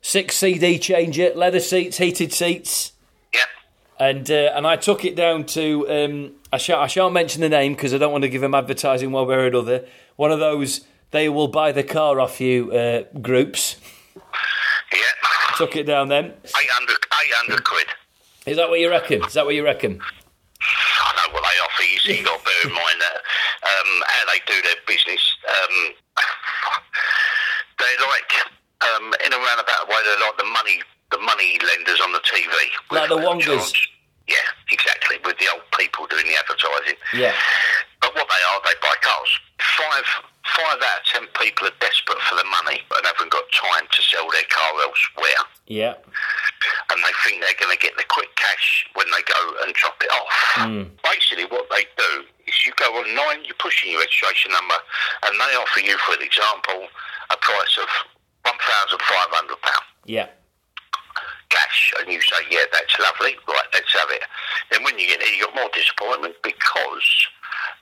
Six CD changer, leather seats, heated seats.
Yeah.
and uh, and I took it down to um, I shall I shall mention the name because I don't want to give them advertising one way or another. One of those they will buy the car off you uh, groups.
Yeah.
Took it down then.
800, 800 quid.
Is that what you reckon? Is that what you reckon?
I know what they offer you, so you've got to bear in mind that um, how they do their business. Um, they like, um, in a roundabout way, they're like the money the money lenders on the TV. with
Like the
little
Wongas.
charge. Yeah, exactly, with the old people doing the advertising.
Yeah.
But what they are, they buy cars. Five, five out of ten people are desperate for the money and haven't got time to sell their car elsewhere
Yeah.
and they think they're going to get the quick cash when they go and drop it off. Basically, what they do is you go online, you push in your registration number, and they offer you, for example, a price of £1,500
Yeah.
cash, and you say, Yeah, that's lovely, right, let's have it. Then when you get there, you got more disappointment because.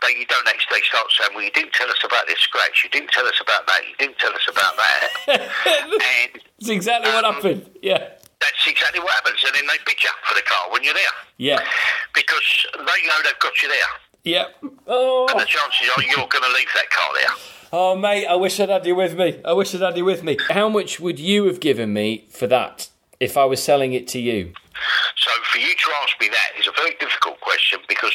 They you don't actually they start saying, Well you didn't tell us about this scratch, you didn't tell us about that, you didn't tell us about that and
That's exactly what happened. Yeah.
that's exactly what happens and then they bid you for the car when you're there.
Yeah.
because they know they've got you there.
Yeah. Oh.
The chances are you're going to leave that car there.
Oh, mate, I wish I'd had you with me. I wish I'd had you with me. How much would you have given me for that if I was selling it to you?
So for you to ask me that is a very difficult question because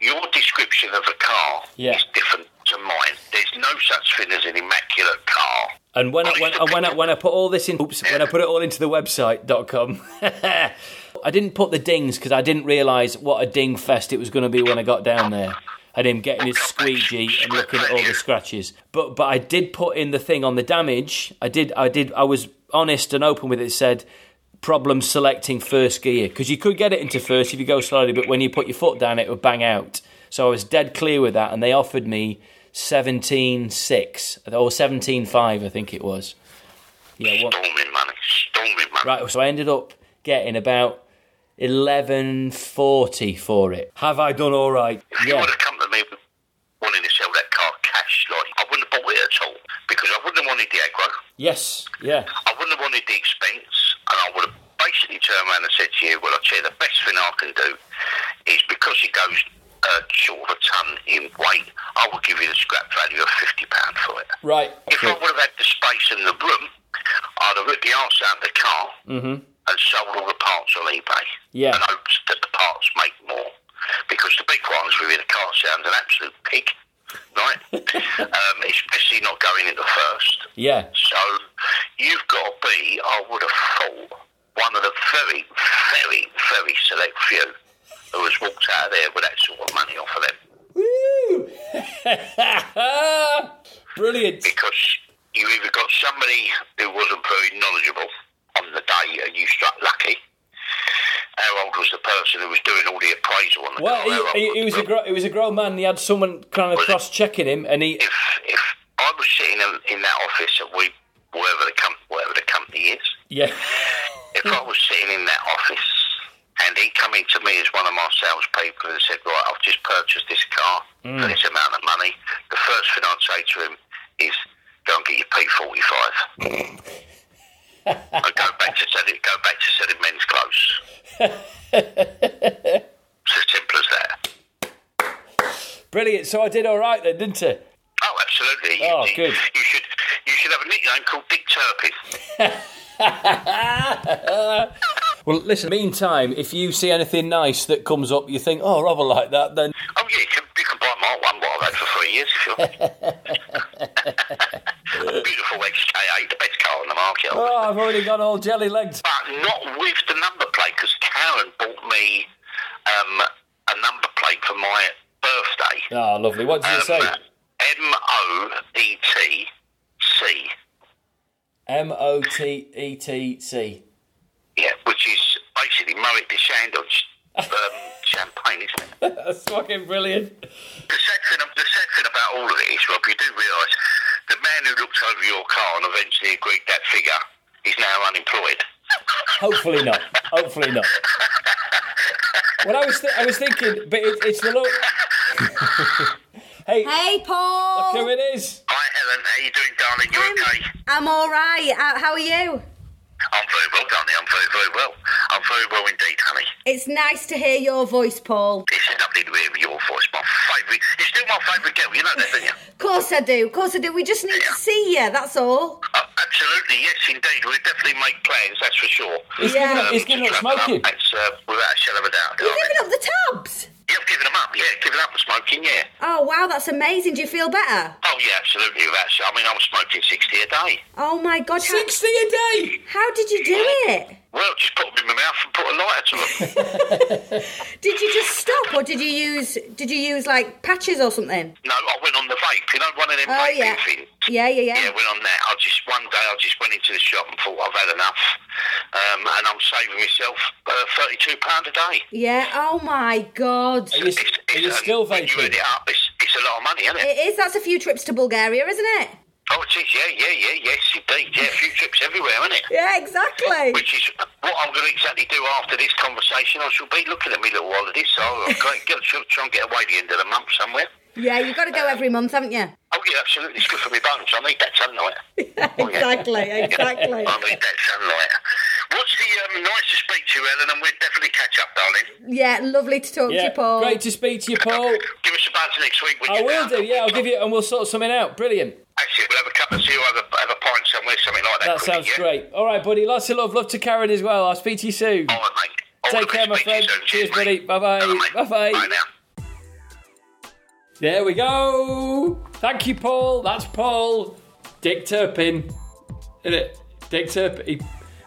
your description of a car
Yeah.
is different to mine. There's no such thing as an immaculate car.
And when I, when, I, when, I, when I put all this in, oops, when I put it all into the website.com, I didn't put the dings because I didn't realise what a ding fest it was going to be when I got down there. And him getting his squeegee and looking at all the scratches. But but I did put in the thing on the damage. I did I did I was honest and open with it. It Said problem selecting first gear because you could get it into first if you go slowly, but when you put your foot down, it would bang out. So I was dead clear with that, and they offered me seventeen six or seventeen five, I think it was. Yeah, one,
Storming money, storming money.
Right, so I ended up getting about eleven forty for it. Have I done all right?
If you
Yeah,
would have come to me with wanting to sell that car cash, like I wouldn't have bought it at all because I wouldn't have wanted the aggro.
yes, yeah,
I wouldn't have wanted the expense, and I would have basically turned around and said to you, "Well, I tell you, the best thing I can do is because it goes uh, short of a ton in weight, I will give you the scrap value of fifty pound for it."
right.
If I would have had the space in the room, I'd have ripped the arse out of the car and sold all the parts on eBay.
Yeah.
And hoped that the parts make more. Because to be quite honest with you, the car sounds an absolute pig, right? um, especially not going into first.
Yeah,
So you've got to be, I would have thought, one of the very, very, very select few who has walked out of there with that sort of money off of them.
woo! Brilliant.
Because you either got somebody who wasn't very knowledgeable on the day and you struck lucky. How old was the person who was doing all the appraisal on the car? How
Well,
old
he, he, he was a
the-
gro- he was a grown man. He had someone kind of
Was it-
cross checking him, and he
if if I was sitting in, in that office at we wherever the com- wherever the company is,
yeah,
if I was sitting in that office and he coming to me as one of my salespeople and said, "Right, I've just purchased this car
Mm.
for this amount of money," the first thing I'd say to him is, "Go and get your P forty five. and go back to selling, go back to selling men's clothes. it's as simple as that.
brilliant. So I did all right then, didn't I?
Oh, absolutely.
Oh,
you,
good.
You should you should have a nickname called Dick Turpin.
Well, listen. Meantime, if you see anything nice that comes up, you think, oh, rather like that, then
Oh yeah, you can, you can buy my one what I've had for three years if you want. Beautiful XKA, the best car on the like it.
Oh, I've already got all jelly legged.
but not with the number plate because Karen bought me um, a number plate for my birthday. Um,
Oh, lovely. What does it say?
M O E T C.
M O T E T C.
Yeah, which is basically Moet de Chandon um, champagne, isn't it?
That's fucking brilliant.
The sad, thing, the sad thing about all of it is, Rob, you do realise the man who looked over your car and eventually agreed that figure is now unemployed.
Hopefully not. Hopefully not. Well, I was th- I was thinking, but it, it's the look. hey,
Hey, Paul.
who it is?
Hi, Helen. How you doing, darling? You okay?
I'm all right. uh, How, how are you?
I'm very well, darling. I'm very, very well. I'm very well indeed, honey.
It's nice to hear your voice, Paul.
It's lovely to hear your voice. My favourite. You're still my favourite girl. You know that, don't you?
Of course I do. Of course I do. We just need to see you. That's all.
Uh, absolutely. Yes, indeed. We'll definitely make plans. That's for sure.
He's giving up, he's
to
giving up
travel
smoking.
That's uh, without a shadow of a doubt.
You're
darling.
giving up the tabs.
Yeah, I've given them up. Yeah, given up the smoking. Yeah.
Oh wow, that's amazing. Do you feel better?
Oh yeah, absolutely. Without. a- I mean, I'm smoking sixty a day.
Oh my god, how,
Sixty a day.
how did you do it?
Well, just put them in my mouth and put a lighter to them.
Did you just stop, or did you use did you use like patches or something?
no, I went on the vape. You know, one of them
Oh
vaping
yeah,
things.
yeah, yeah,
Yeah,
yeah.
went on that. I just one day I just went into the shop and thought I've had enough, um, and I'm saving myself uh, thirty-two pound a day.
Yeah. Oh my god,
Are you,
It's,
are you
it's, um,
still
when You add
vaping?
it up, it's, it's a lot of money, isn't it?
it is. That's a few trips to Bulgaria, isn't it?
Oh, it is. Yeah, yeah, yeah, yes, indeed. Yeah, a few trips everywhere, isn't it?
Yeah, exactly.
Which is what I'm going to exactly do after this conversation. I shall be looking at me little holidays, so I'm going to try and get away the end of the month somewhere.
Yeah, you've got to go every month, haven't you?
Oh, yeah, absolutely. It's good for me bones. I need that sunlight. Oh, yeah.
Exactly, exactly.
I need that sunlight. What's the um, nice to speak to you, Ellen? And we'll definitely catch up, darling.
Yeah, lovely to talk to you, Paul.
Yeah, great to speak to you, Paul.
Give us a buzz next week. When
I
you're
will
down.
do. Yeah, I'll give you, and we'll sort something out. Brilliant.
Actually, we'll have a cup of tea or have a, have a pint somewhere, something like that.
That
couldn't
sounds
it, yeah?
great. All right, buddy. Lots of love. Love to Karen as well. I'll speak to you soon.
All right, mate. All
Take
the
care,
best.
my
Speak to you
friend.
soon.
Cheers, buddy.
mate.
Bye-bye.
mate.
Bye-bye.
Bye now.
There we go. Thank you, Paul. That's Paul. Dick Turpin. Isn't it? Dick Turpin. He,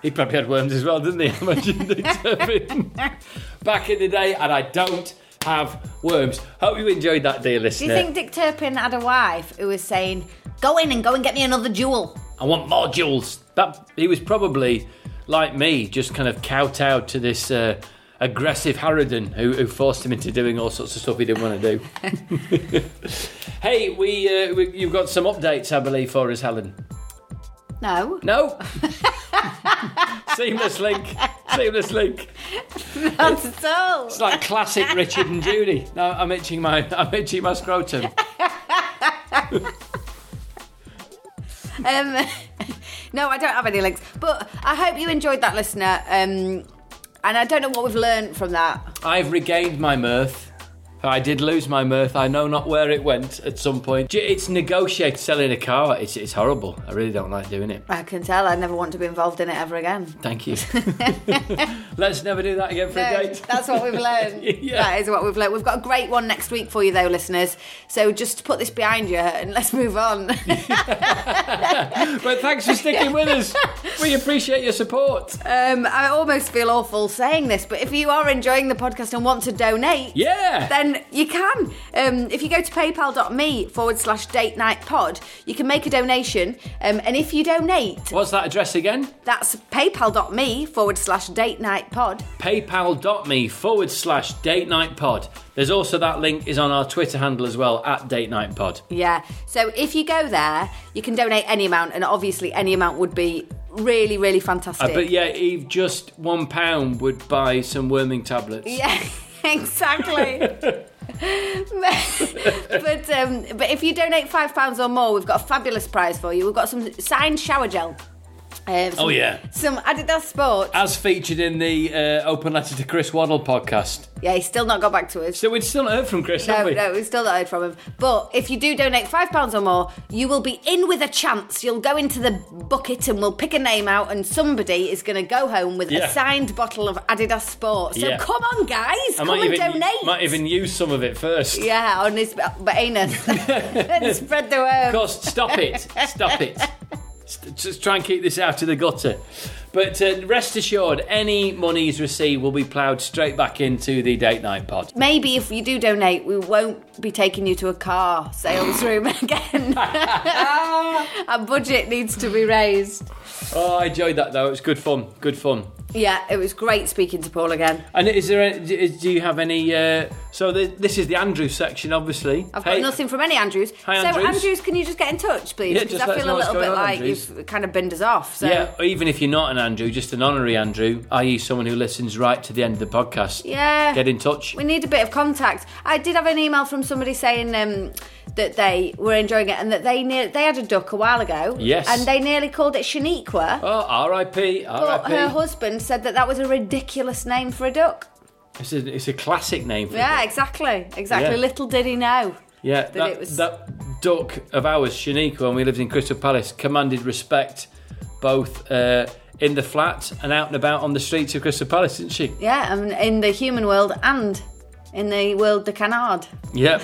he probably had worms as well, didn't he? I imagine Dick Turpin. Back in the day, and I don't have worms. Hope you enjoyed that, dear
Do
listener.
you think Dick Turpin had a wife who was saying, "Go in and go and get me another jewel"?
I want more jewels. That he was probably like me, just kind of kowtowed to this uh, aggressive Harridan who, who forced him into doing all sorts of stuff he didn't want to do. hey, we, uh, we you've got some updates, I believe, for us, Helen.
No,
No. Seamless link. Seamless link.
not at all.
It's like classic Richard and Judy. No, I'm itching my I'm itching my scrotum.
Um, no, I don't have any links. But I hope you enjoyed that, listener. Um, and I don't know what we've learned from that.
I've regained my mirth. I did lose my mirth. I know not where it went at some point. J- It's negotiated selling a car. It's, it's horrible. I really don't like doing it.
I can tell I never want to be involved in it ever again.
Thank you. Let's never do that again for
No,
a date.
that's what we've learned.
Yeah.
That is what we've learned. We've got a great one next week for you, though, listeners. So just put this behind you and let's move on.
But thanks for sticking with us. We appreciate your support.
um, I almost feel awful saying this, but if you are enjoying the podcast and want to donate,
Yeah.
then you can. Um, if you go to paypal.me forward slash date night pod, you can make a donation. Um, and if you donate,
What's that address again?
That's paypal.me forward slash date night pod.
paypal.me forward slash date night pod. There's also that link is on our Twitter handle as well at date night pod.
Yeah. So if you go there, you can donate any amount, and obviously any amount would be really, really fantastic.
Uh, But yeah, Eve, just one pound would buy some worming tablets.
Yeah, exactly. but um, but if you donate five pounds or more, we've got a fabulous prize for you. We've got some signed shower gel. Um, some,
Oh, yeah. Ah.
some Adidas Sports.
As featured in the uh, open letter to Chris Waddle podcast.
yeah, he's still not got back to us.
So we'd still not heard from Chris,
No,
have we?
no, we've still not heard from him. But if you do donate five pounds or more, you will be in with a chance. You'll go into the bucket and we'll pick a name out, and somebody is going to go home with
Yeah.
a signed bottle of Adidas Sport. So
Yeah.
come on, guys,
I
come
might
and
even,
donate.
might even use some of it first.
yeah, on his b- b- anus and spread the
Of
word.
course, stop it. Stop it. St- Just try and keep this out of the gutter. But uh, rest assured, any monies received will be ploughed straight back into the date night pod.
Maybe if you do donate, we won't be taking you to a car sales room again. Our budget needs to be raised.
Oh, I enjoyed that though. It was good fun. Good fun.
Yeah, it was great speaking to Paul again.
And is there? Any, do- is- do you have any? Uh, so th- this is the Andrew section, obviously.
I've got
Hey-
nothing from any Andrews.
Hi,
so,
Andrews.
can you just get in touch, please?
Yeah,
Because
just
I
let us
feel
know
a
what's
little bit
going on,
like
Andrews.
you've kind of binned us off. So.
Yeah, or even if you're not an Andrew, just an honorary Andrew, i.e., someone who listens right to the end of the podcast.
Yeah.
Get in touch.
We need a bit of contact. I did have an email from somebody saying um, that they were enjoying it and that they near, they had a duck a while ago.
Yes.
And they nearly called it Shaniqua.
Oh, R.I.P.
But her
R.I.P.
husband said that that was a ridiculous name for a duck.
It's a, it's a classic name for
Yeah, exactly. Exactly.
Yeah.
Little did he know.
Yeah,
that
that,
it was-
that duck of ours, Shaniqua, when we lived in Crystal Palace, commanded respect both uh, in the flat and out and about on the streets of Crystal Palace, didn't she?
Yeah, and in the human world and in the world the canard.
Yep.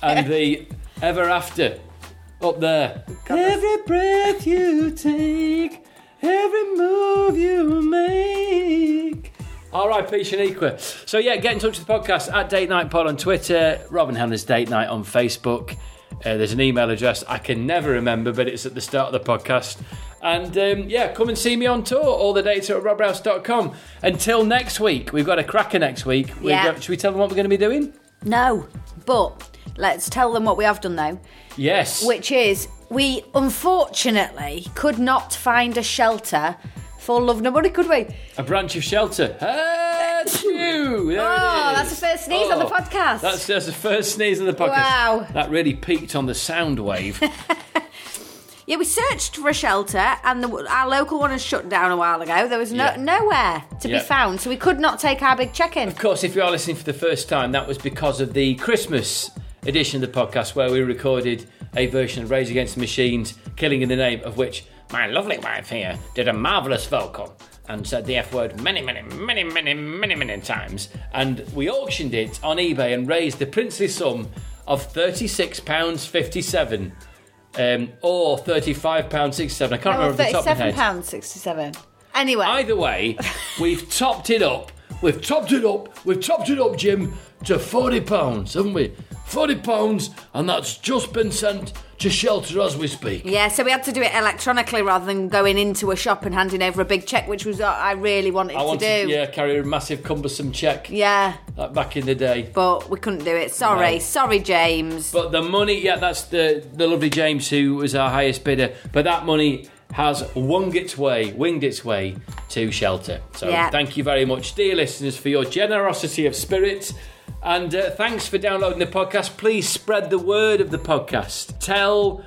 and the ever after up there. Every breath you take, every move you make. R.I.P. Shaniqua. So yeah, get in touch with the podcast at Date Night Pod on Twitter, Robin Hanlon's Date Night on Facebook. Uh, there's an email address I can never remember, but it's at the start of the podcast. And um, yeah, come and see me on tour. All the dates are at robrouse.com. Until next week, we've got a cracker next week. We've
Yeah.
got- should we tell them what we're going to be doing?
No, but let's tell them what we have done though,
Yes.
which is we unfortunately could not find a shelter for Love No Money, could we?
A branch of shelter. Achoo! There
Oh,
it is.
that's the first sneeze on the podcast.
That's, that's the first sneeze on the podcast.
Wow.
That really peaked on the sound wave.
Yeah, we searched for a shelter, and the, our local one has shut down a while ago. There was no
Yeah.
nowhere to
Yeah.
be found, so we could not take our big check-in.
of course, if you are listening for the first time, that was because of the Christmas edition of the podcast where we recorded a version of Rage Against the Machines, Killing in the Name, of which my lovely wife here did a marvellous vocal and said the F word many, many, many, many, many, many times. And we auctioned it on eBay and raised the princely sum of £36.57. Um, or thirty-five pound sixty-seven. I can't
Oh,
remember off the top of my
Thirty-seven
head.
pounds sixty-seven. Anyway,
Either way, we've topped it up. We've topped it up. We've topped it up, Jim, to forty pounds, haven't we? Forty pounds, and that's just been sent to shelter as we speak.
yeah, so we had to do it electronically rather than going into a shop and handing over a big check, which was what I really wanted
I
to
want to
do.
yeah, carry a massive cumbersome check
Yeah,
like back in the day.
but we couldn't do it. Sorry,
No.
sorry, James.
But the money, yeah, that's the the lovely James who was our highest bidder. But that money has wung its way, winged its way to shelter. So
Yeah.
thank you very much, dear listeners, for your generosity of spirit. And uh, thanks for downloading the podcast. Please spread the word of the podcast. Tell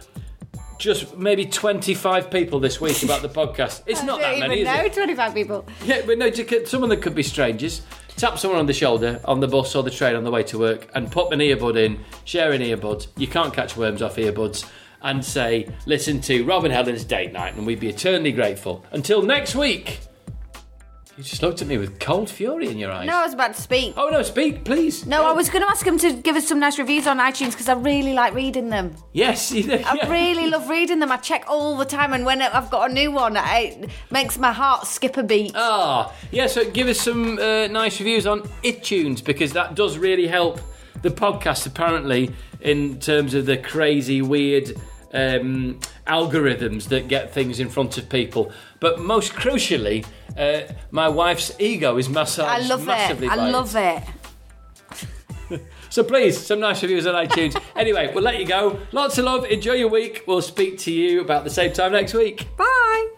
just maybe 25 people this week about the podcast. It's not that many, is it?
twenty-five people.
Yeah, but no, you could, someone that could be strangers. Tap someone on the shoulder on the bus or the train on the way to work and pop an earbud in, share an earbud. You can't catch worms off earbuds. And say, listen to Robin Helen's date night, and we'd be eternally grateful. Until next week. You just looked at me with cold fury in your eyes.
No, I was about to speak.
Oh no, speak, please.
No, I was going to ask him to give us some nice reviews on iTunes because I really like reading them.
Yes, you know,
I
yeah.
really love reading them. I check all the time, and when I've got a new one, it makes my heart skip a beat.
Ah, yeah. So give us some uh, nice reviews on iTunes because that does really help the podcast. Apparently, in terms of the crazy, weird um, algorithms that get things in front of people. But most crucially, uh, my wife's ego is massaged
I love it.
massively. by
I love it.
So please, some nice reviews on iTunes. anyway, we'll let you go. Lots of love. Enjoy your week. We'll speak to you about the same time next week.
Bye.